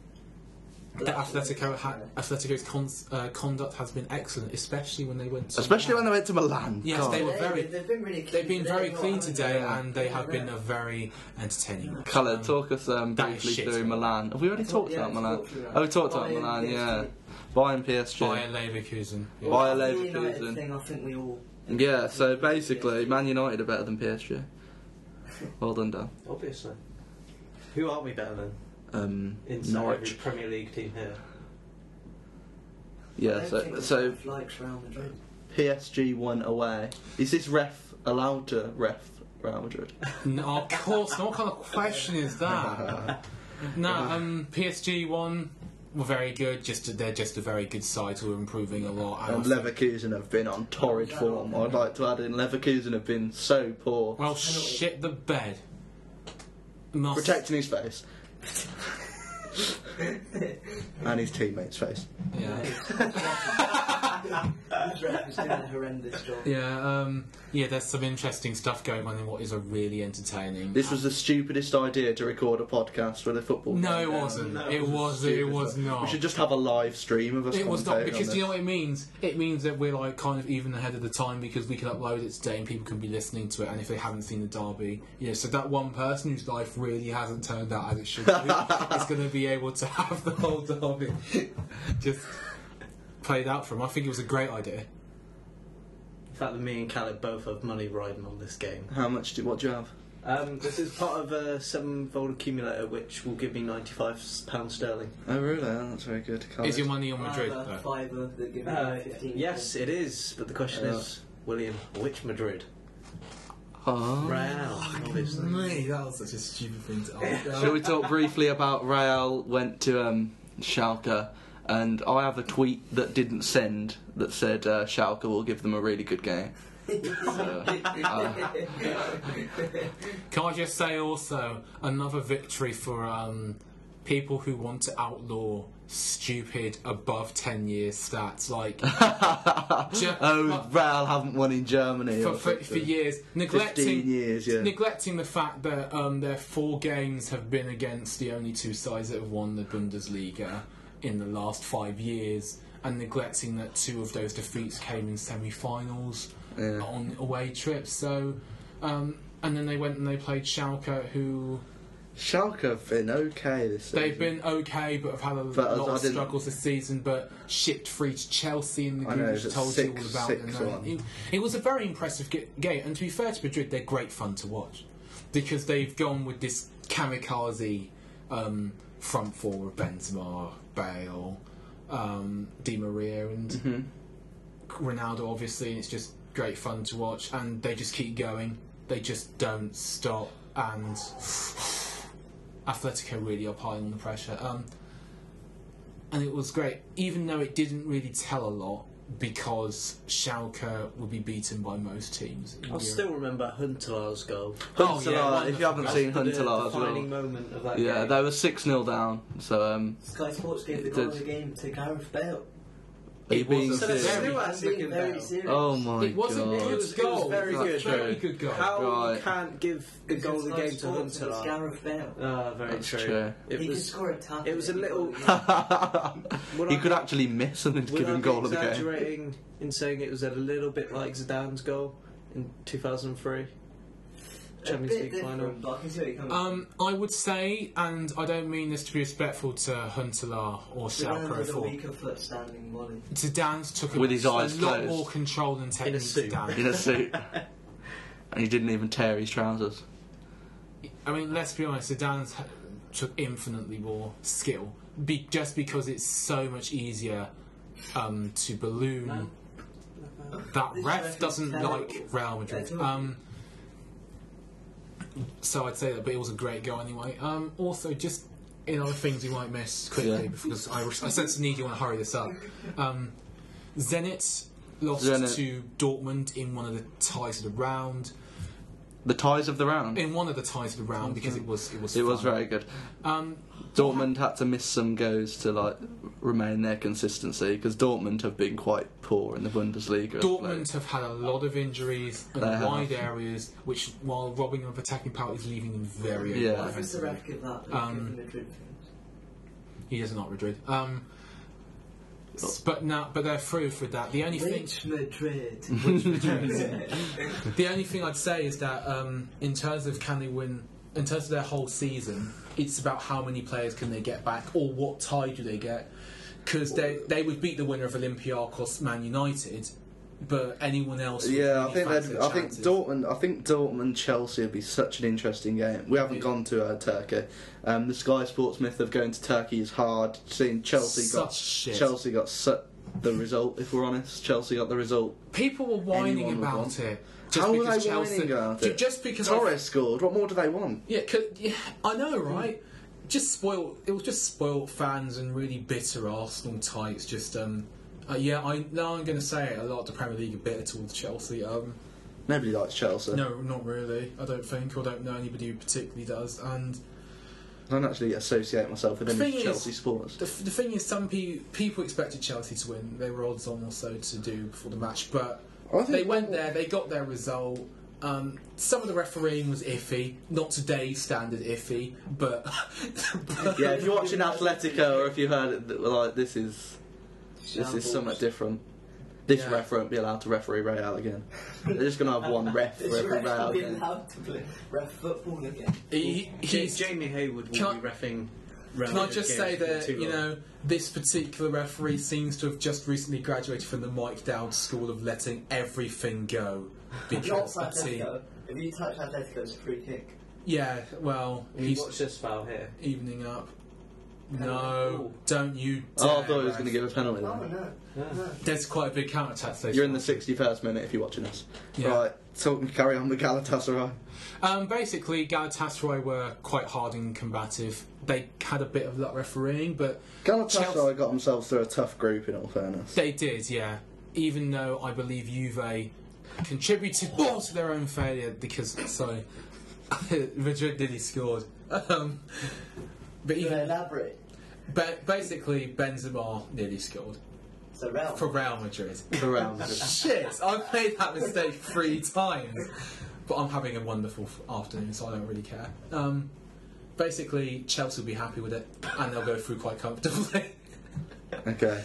that Atletico ha- Atletico's cons- uh, conduct has been excellent, especially when they went. To Especially when they went to Milan. Yes, God. they were very- They've been really clean. They've been today, very not clean having today, that. and they have been a very entertaining. match. Colour, talk us um, That briefly is shit. through Milan. Have we already talked Yeah, about it's Milan? talked through that. Oh, we talked about Bayern, Milan, PSG. yeah. Bayern PSG. Bayern Leverkusen. Yeah. Bayern Well, that's the Leverkusen. United Thing, I think we all. Yeah, so basically, Man United are better than PSG. Well done, Dan. Obviously. Who are we better than? Um, Inside Norwich. every Premier League team here. Yeah, so, so Likes Real Madrid. [LAUGHS] PSG won away. Is this ref allowed to ref Real [LAUGHS] Madrid? No, of course. not. What kind of question [LAUGHS] is Uh, that? no, um, PSG one were very good. Just they're just a very good side who are improving a lot. And And I think- um, Leverkusen have been on torrid form. I'd like to add in Leverkusen have been so poor. well, shit the bed. Must- Protecting his [LAUGHS] face. and his teammates' face. Yeah. This ref is doing a horrendous job. Yeah, um, yeah, there's some interesting stuff going on in what is a really entertaining. This was the stupidest idea to record a podcast with a football. no, game. it wasn't. No, it was. It Stupid. was We not. should just have a live stream of us. It was not commentating because on do you know this. what it means. It means that we're like kind of even ahead of the time because we can upload it today and people can be listening to it. And if they haven't seen the derby, yeah, so that one person whose life really hasn't turned out as it should [LAUGHS] be is going to be able to have the whole derby just played out for him. I think it was a great idea. The fact that me and Caleb both have money riding on this game. How much do what do you have? Um, this is part of a seven-fold accumulator, which will give me ninety-five pounds sterling. Oh really? Oh, that's very good. Can't Is your money on I Madrid? have a though? fiver that gives me Uh, 15 yes, it is. But the question Uh, Yeah. is, William, which Madrid? Oh. Real, obviously. Me, that was such a stupid thing to Shall ask. we talk briefly about Real went to um, Schalke, and I have a tweet that didn't send that said uh, Schalke will give them a really good game. So, uh, Can I just say also another victory for um, people who want to outlaw stupid above ten years [LAUGHS] stats like ju- oh, Real haven't won in Germany for, or for, for something. years neglecting fifteen years. Yeah, neglecting the fact that um, their four games have been against the only two sides that have won the Bundesliga in the last five years, and neglecting that two of those defeats came in semi-finals Yeah. on away trips. So, um, and then they went and they played Schalke, who Schalke have been okay this season. they've been okay, but have had a But I- lot I of didn't- struggles this season. But shipped free to Chelsea in the I group, know, which it's told you all six- about them. six one. It, it was a very impressive ge- game, and to be fair to Madrid, they're great fun to watch because they've gone with this kamikaze um, front four of Benzema, Bale, um, Di Maria, and Mm-hmm. Ronaldo. Obviously, and it's just great fun to watch, and they just keep going. They just don't stop, and Atletico really up high on the pressure. Um, and it was great, even though it didn't really tell a lot because Schalke would be beaten by most teams. in I Europe. still remember Huntelaar's goal. Oh, Huntelaar, yeah, if you haven't seen The Huntelaar as defining well, moment of that yeah, game. they were six 0 down. So um, Sky Sports gave the It goal did. of the game to Gareth Bale. he It being wasn't So they're serious. still I'm actually being good very now. serious. Oh my It wasn't god! good. It was- it was goal. very That's good. true. Very good goal. How Right. you can't give a goal of the Sky game to Sports, It's Huntelaar? Gareth Bale. Ah, very That's true. It he could was. score a tap. It was a in. little. [LAUGHS] Would [LAUGHS] he I could be- actually miss and then would give I him be goal of the game. exaggerating in saying it was a little bit like Zidane's goal in 2003 Champions A bit League final? different, but I can see where you're coming Um, I would say, and I don't mean this to be respectful to Huntelaar or from. Ronaldo Schalke with a for weaker foot standing volley. Zidane's took a, With his eyes a lot closed. more control and technique. suit. Zidane. in a suit. and he didn't even tear his trousers. I mean, let's be honest, Zidane's h- took infinitely more skill, be, just because it's so much easier um, to balloon. That This ref ref is doesn't terrible. like Real Madrid. Terrible. Um, so I'd say that, but it was a great goal anyway. Um, also, just in other things you might miss quickly, Yeah. because I, I sense the need you want to hurry this up. Um, Zenit lost Zenit. to Dortmund in one of the ties of the round. The ties of the round. In one of the ties of the round, because it was it was It was fun. very good. Um, Dortmund had to miss some goals to like remain their consistency because Dortmund have been quite poor in the Bundesliga. of Dortmund late. have had a lot of injuries in They have. wide areas, which while robbing them of attacking power is leaving them very Yeah. open Why does the offensively. ref give that? Um, give the Madrid things? He doesn't like Madrid. Um, Oh. s- but no, but they're through for that. The only thing, Reach [LAUGHS] Madrid. [LAUGHS] the only thing I'd say is that um, in terms of can they win, in terms of their whole season, it's about how many players can they get back or what tie do they get? Because they they would beat the winner of Olympiacos, Man United, but anyone else? would Yeah, I really think fancy they'd, their I think chances. Dortmund, I think Dortmund Chelsea would be such an interesting game. We haven't gone to uh, Turkey. Um, the Sky Sports myth of going to Turkey is hard. Seeing Chelsea got Such shit. Chelsea got su- the result. If we're honest, Chelsea got the result. People were whining Anyone would about want. it. Just How were because they Chelsea, whining about ju- it? Just because I- Torres scored. What more do they want? Yeah, 'cause- yeah, I know, right? Just spoiled. It was just spoiled fans and really bitter Arsenal types. Just um, uh, yeah. I now I'm going to say it. A lot of the Premier League are bitter towards Chelsea. Um, Nobody likes Chelsea. no, not really. I don't think. I don't know anybody who particularly does. And I don't actually associate myself with The any thing is- Chelsea supporters. the, f- the thing is, some pe- people expected Chelsea to win. They were odds on or so to do before the match, but I think- they went there. They got their result. Um, some of the refereeing was iffy, not today's standard iffy, but [LAUGHS] Yeah, if you're watching Atletico or if you heard it, th- like this is this is somewhat different. This Yeah. ref won't be allowed to referee Real again. They're just gonna have [LAUGHS] one ref for every Real be game. Oh, allowed to play ref football again. He, Ja- he's, Jamie Hayward will Can I- be refing. can I just say that you know this particular referee seems to have just recently graduated from the Mike Dowd school of letting [LAUGHS] everything go Not because a team. Atletico. If you touch Atletico, it's a free kick. Yeah, well, He's he's watch this foul here. evening up. Oh. No, don't you? Dare, Oh, I thought he was ref. gonna give a penalty. Oh, Then. no. There's quite a big counter attack. You're in the 61st minute if you're watching us. Yeah. Right, so carry on with Galatasaray. Um, basically, Galatasaray were quite hard and combative. They had a bit of luck refereeing, but Galatasaray Chelsea- got themselves through a tough group. In all fairness, They did, yeah. Even though I believe Juve contributed [LAUGHS] more to their own failure because, sorry, [LAUGHS] Madrid nearly scored. Um, but You even, elaborate. ba- basically, Benzema nearly scored So Real. for Real Madrid. [LAUGHS] around. Shit, I've made that mistake three times. But I'm having a wonderful f- afternoon, so I don't really care. Um, basically, Chelsea will be happy with it, and they'll go through quite comfortably. [LAUGHS] Okay.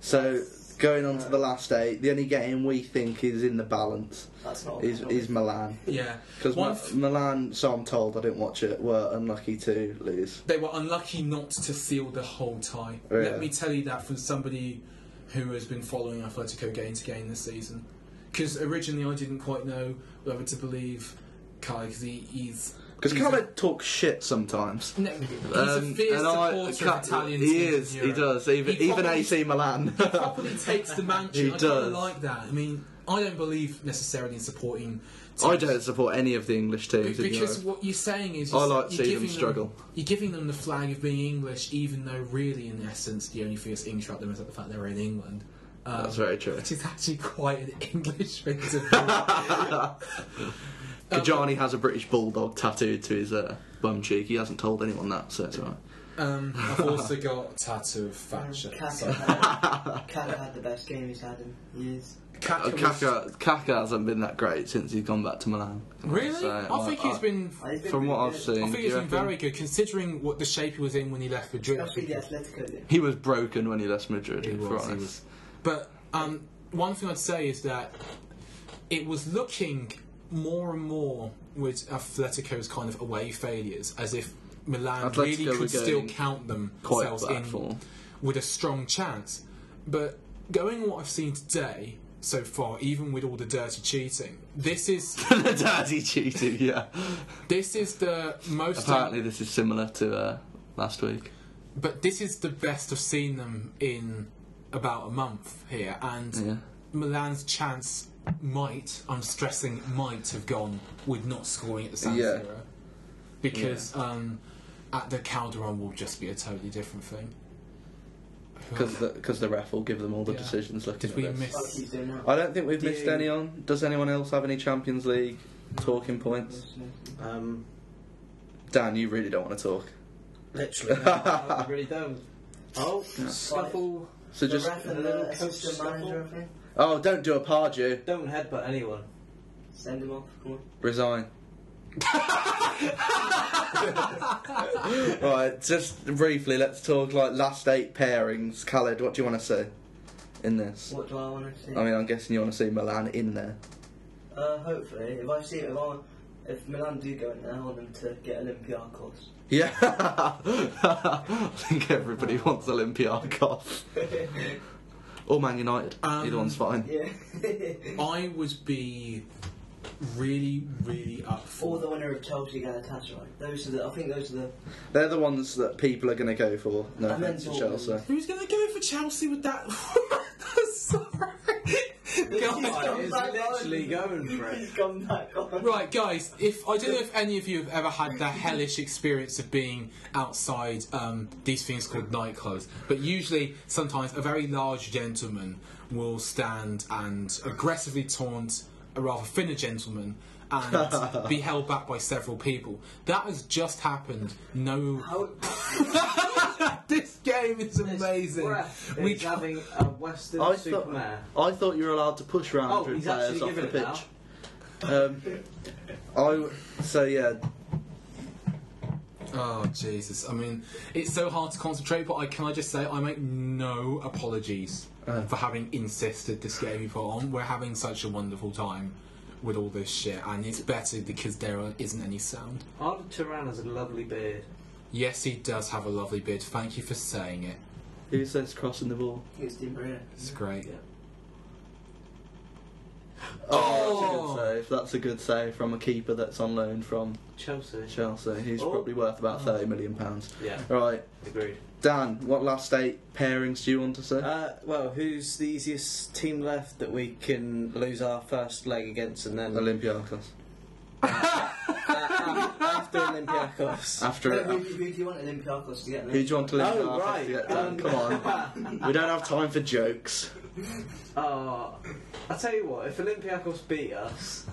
So going on to the last eight, the only game we think is in the balance That's not. is is Milan yeah. because One f- Milan, so I'm told, I didn't watch it, were unlucky to lose. they were unlucky not to seal the whole tie. Really? Let me tell you that from somebody who has been following Atletico game to game this season. Because originally I didn't quite know whether to believe Kai because he, he's Because he's Carlo talks shit sometimes. a, no, he's a Um, fierce and I- supporter Ca- of Italian He teams in is. He Europe. does. Even He even probably- [LAUGHS] AC Milan. Properly takes the mansion. He I kind of does. like that. I mean, I don't believe necessarily in supporting. [LAUGHS] I teams don't support any of the English teams. in Because Europe. what you're saying is, I you're, like to you're see them giving struggle. You're giving them the flag of being English, even though really, in essence, the only fierce English about them is the fact they're in England. Um, that's very true. [LAUGHS] Which is actually quite an English thing [LAUGHS] to do. Um, Kajani has a British bulldog tattooed to his uh, bum cheek. He hasn't told anyone that, so it's alright. um, I've also got a tattoo of Thatcher. Kaka So. [LAUGHS] Um, had, Kaka had the best game he's had in years. Kaka Uh, was- Kaka, Kaka hasn't been that great since he's gone back to Milan. Really? So, I think he's been. I think From what we I've did. seen, I do think you he's been reckon? very good considering what the shape he was in when he left Madrid. I Especially think the Atletico game. he was broken when he left Madrid. He if was, we're he honest. was. But um, one thing I'd say is that it was looking more and more with Atletico's kind of away failures as if Milan Atletico really were could still going count them quite themselves back in for. with a strong chance. But going what I've seen today so far, even with all the dirty cheating, this [LAUGHS] is the dirty cheating. Yeah. this is the most Apparently, this is similar to uh, last week. But this is the best I've seen them in about a month here, and Yeah. Milan's chance might, I'm stressing, might have gone with not scoring at the San Yeah. Siro. Because um, at the Calderon will just be a totally different thing. Because the, 'cause the ref will give them all the Yeah. decisions. Looking Did at we this. Fuck miss? he's doing now. I don't think we've missed Yeah. any on. Does anyone else have any Champions League talking points? Um, Dan, you really don't want to talk. literally, no, [LAUGHS] I really don't. Oh, scuffle! So the just ref and Uh, the coach assistant scuffle. manager, I think. oh, don't do a Pardew. Don't headbutt anyone. Send him off. Come on. Resign. Right, just briefly, let's talk like last eight pairings. Khaled, what do you want to see in this? What do I want to see? I mean, I'm guessing you want to see Milan in there. uh, hopefully, if I see if I if Milan do go in there, I want them to [LAUGHS] get Olympiacos. Yeah, I think everybody wants Olympiacos or Man United. Um, Either one's fine. yeah. [LAUGHS] [LAUGHS] I would be really, really up or for the winner of Chelsea Galatasaray. Those are the. I think those are the. They're the ones that people are going to go for. No And then offense to Dortmund. Chelsea. Who's going to go for Chelsea with that? [LAUGHS] Sorry. Right, Guys, it's literally going for He's gone back on. [LAUGHS] right, guys. If I don't know if any of you have ever had the hellish experience of being outside um, these things called nightclubs, but usually, sometimes a very large gentleman will stand and aggressively taunt a rather thinner gentleman. And be held back by several people. That has just happened. No, How, [LAUGHS] this game is amazing. Breath We is having a Western I Superman. thought, I thought you were allowed to push round Oh, 100 he's players actually off giving the it now. pitch. Um, I w- so yeah, Oh Jesus! I mean, it's so hard to concentrate. But I can I just say I make no apologies uh, for having insisted this game you put on. We're having such a wonderful time with all this shit, and it's better because there are- isn't any sound. Arda Turan has a lovely beard. Yes, he does have a lovely beard. Thank you for saying it. who says crossing the ball? it's Di Maria. It's great. Oh, Oh. that's a good save. That's a good save from a keeper that's on loan from Chelsea. Chelsea. He's Oh. probably worth about thirty million pounds. Yeah, Right, agreed. Dan, what last eight pairings do you want to see? Uh, well, who's the easiest team left that we can lose our first leg against and then Olympiacos. after Olympiacos? [LAUGHS] After it, Who, who, who do you want Olympiacos to get? who do you want to Olympiacos? Oh, right. to get Dan? Um, Come on, [LAUGHS] we don't have time for jokes Oh, I tell you what, if Olympiacos beat us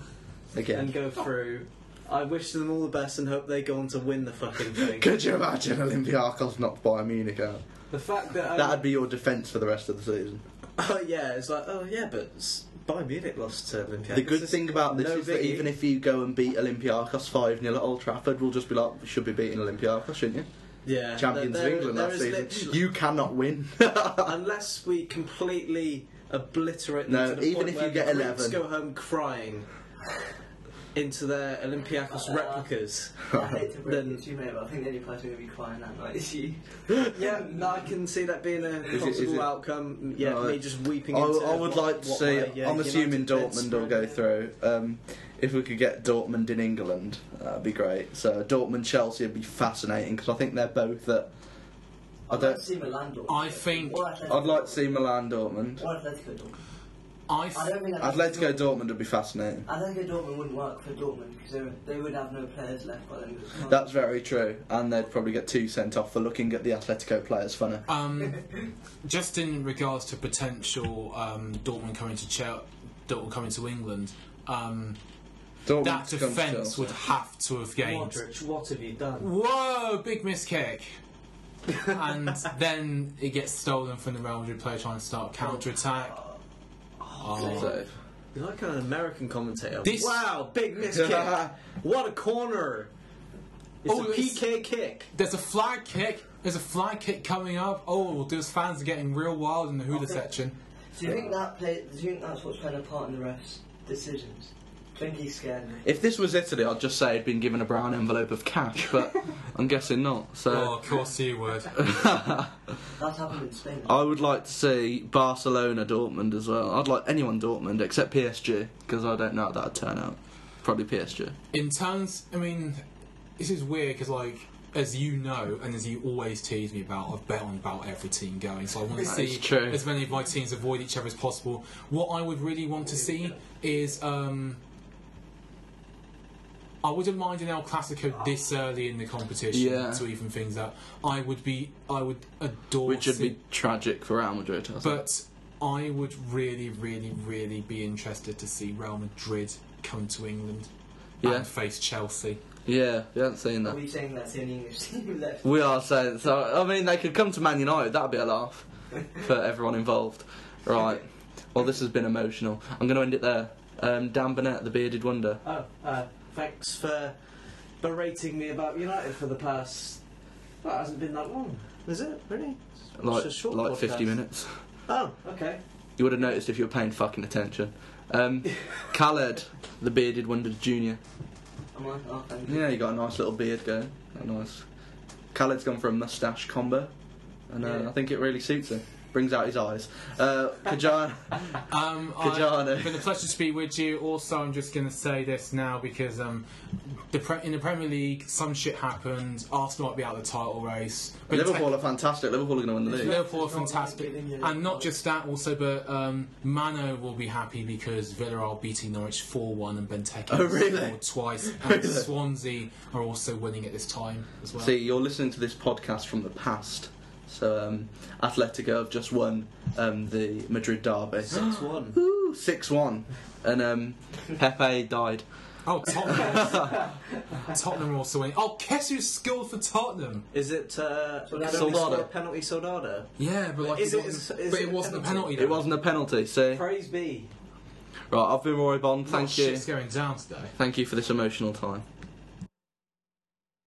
and again. go through, I wish them all the best and hope they go on to win the fucking [LAUGHS] thing. Could you imagine Olympiacos knocked Bayern Munich out? The fact that um, That'd be your defence for the rest of the season. [LAUGHS] oh yeah, it's like oh yeah, but s- Bayern Munich lost to Olympiacos. The good It's thing about this no is that biggie. even if you go and beat Olympiacos 5 0 at Old Trafford, we'll just be like, we should be beating Olympiacos, shouldn't you? yeah, Champions there- of England there that is season. literally- You cannot win. unless we completely obliterate them No, to the even point if where you get the Greeks 11. go home crying into their Olympiacos replicas. I hate [LAUGHS] to break Then- it to you, mate, but I think the only person who'll be crying that night [LAUGHS] is you. [LAUGHS] Yeah, no, I can see that being a it- possible is it- outcome. Yeah, No, me just weeping. I, into I would what- like to what see. my, uh, I'm assuming United bed Dortmund will spread go is. through. Um, if we could get Dortmund in England, that'd be great. So Dortmund Chelsea would be fascinating because I think they're both at. I I'd like to don't. see Milan Dortmund. I think- Or Atletico. I'd like to see Milan Dortmund. Or Atletico Dortmund. I I f- don't think I'd like to go Dortmund would be fascinating. Atletico Dortmund wouldn't work for Dortmund because they would have no players left by then. That's very true, and they'd probably get two sent off for looking at the Atletico players funny. um, [LAUGHS] just in regards to potential um, Dortmund coming to Chel- Dortmund coming to England. Um, Dortmund that to come to defence Chelsea. would have to have gained [LAUGHS] Modric, what have you done? whoa, big miss kick. [LAUGHS] and then it gets stolen from the Real Madrid player trying to start a Oh. counter attack. So- You're like an American commentator. This- Wow, big [LAUGHS] miss kick. What a corner! It's Oh, a it's- PK kick. There's a flag kick. There's a flag kick coming up. Oh, those fans are getting real wild in the Hula Okay. section. Do you think that play? Do you think that's what's playing a part in the refs' decisions? Do you think he's scared me? If this was Italy, I'd just say he'd been given a brown envelope of cash, [LAUGHS] but I'm guessing not. So. Oh, of course you would. That's happened in Spain. I would like to see Barcelona Dortmund as well. I'd like anyone Dortmund except PSG because I don't know how that'd turn out. Probably PSG. In terms, I mean, this is weird because, like, as you know, and as you always tease me about, I've bet on about every team going. So I want to is see true. as many of my teams avoid each other as possible. What I would really want to see is, um, I wouldn't mind an El Clasico this early in the competition Yeah. to even things out. I would be, I would adore. Which would see- be tragic for Real Madrid. I think. but I would really, really, really be interested to see Real Madrid come to England Yeah. and face Chelsea. yeah, we haven't seen Are that. we saying that's the only English [LAUGHS] team left? We are saying so. I mean, they could come to Man United. That'd be a [LAUGHS] laugh for everyone involved. Right. Well, this has been emotional. I'm going to end it there. Um, Dan Burnett, the bearded wonder. Oh, uh, Thanks for berating me about United for the past. Well, it hasn't been that long, is it? Really? It's Like, a short like 50 podcast. minutes. Oh, okay. You would have noticed if you were paying fucking attention. [LAUGHS] Um, Khaled, the bearded wonder junior. Am I? Oh, thank you. Yeah, you got a nice little beard going. Got a nice. Khaled's gone for a mustache combo, and uh, Yeah. I think it really suits him. Brings out his eyes. Uh, Kajan, Um, Kajana. I've been a pleasure to speak with you. Also, I'm just going to say this now because um, the pre- in the Premier League, some shit happened. Arsenal might be out of the title race. But Liverpool are fantastic. Liverpool are going to win the league. Liverpool are fantastic, and not just that, also, but um, Mano will be happy because Villa are beating Norwich four one, and Benteke Oh, really? scored twice, and Really? Swansea are also winning at this time as well. See, you're listening to this podcast from the past. So, um, Atletico have just won um, the Madrid derby. Six one. Ooh, 6 1. And um, Pepe died. Oh, Tottenham! [LAUGHS] Tottenham are also winning. Oh, guess who scored for Tottenham? Is it uh, Soldado. Soldado. penalty Soldado? Yeah, but like, Is it, it- wasn't, is- is but it it a wasn't a penalty? penalty. It though. wasn't a penalty, see? Right, Praise be. I've been Roy Bond. Thank Lot of you. Shit's going down today. Thank you for this emotional time.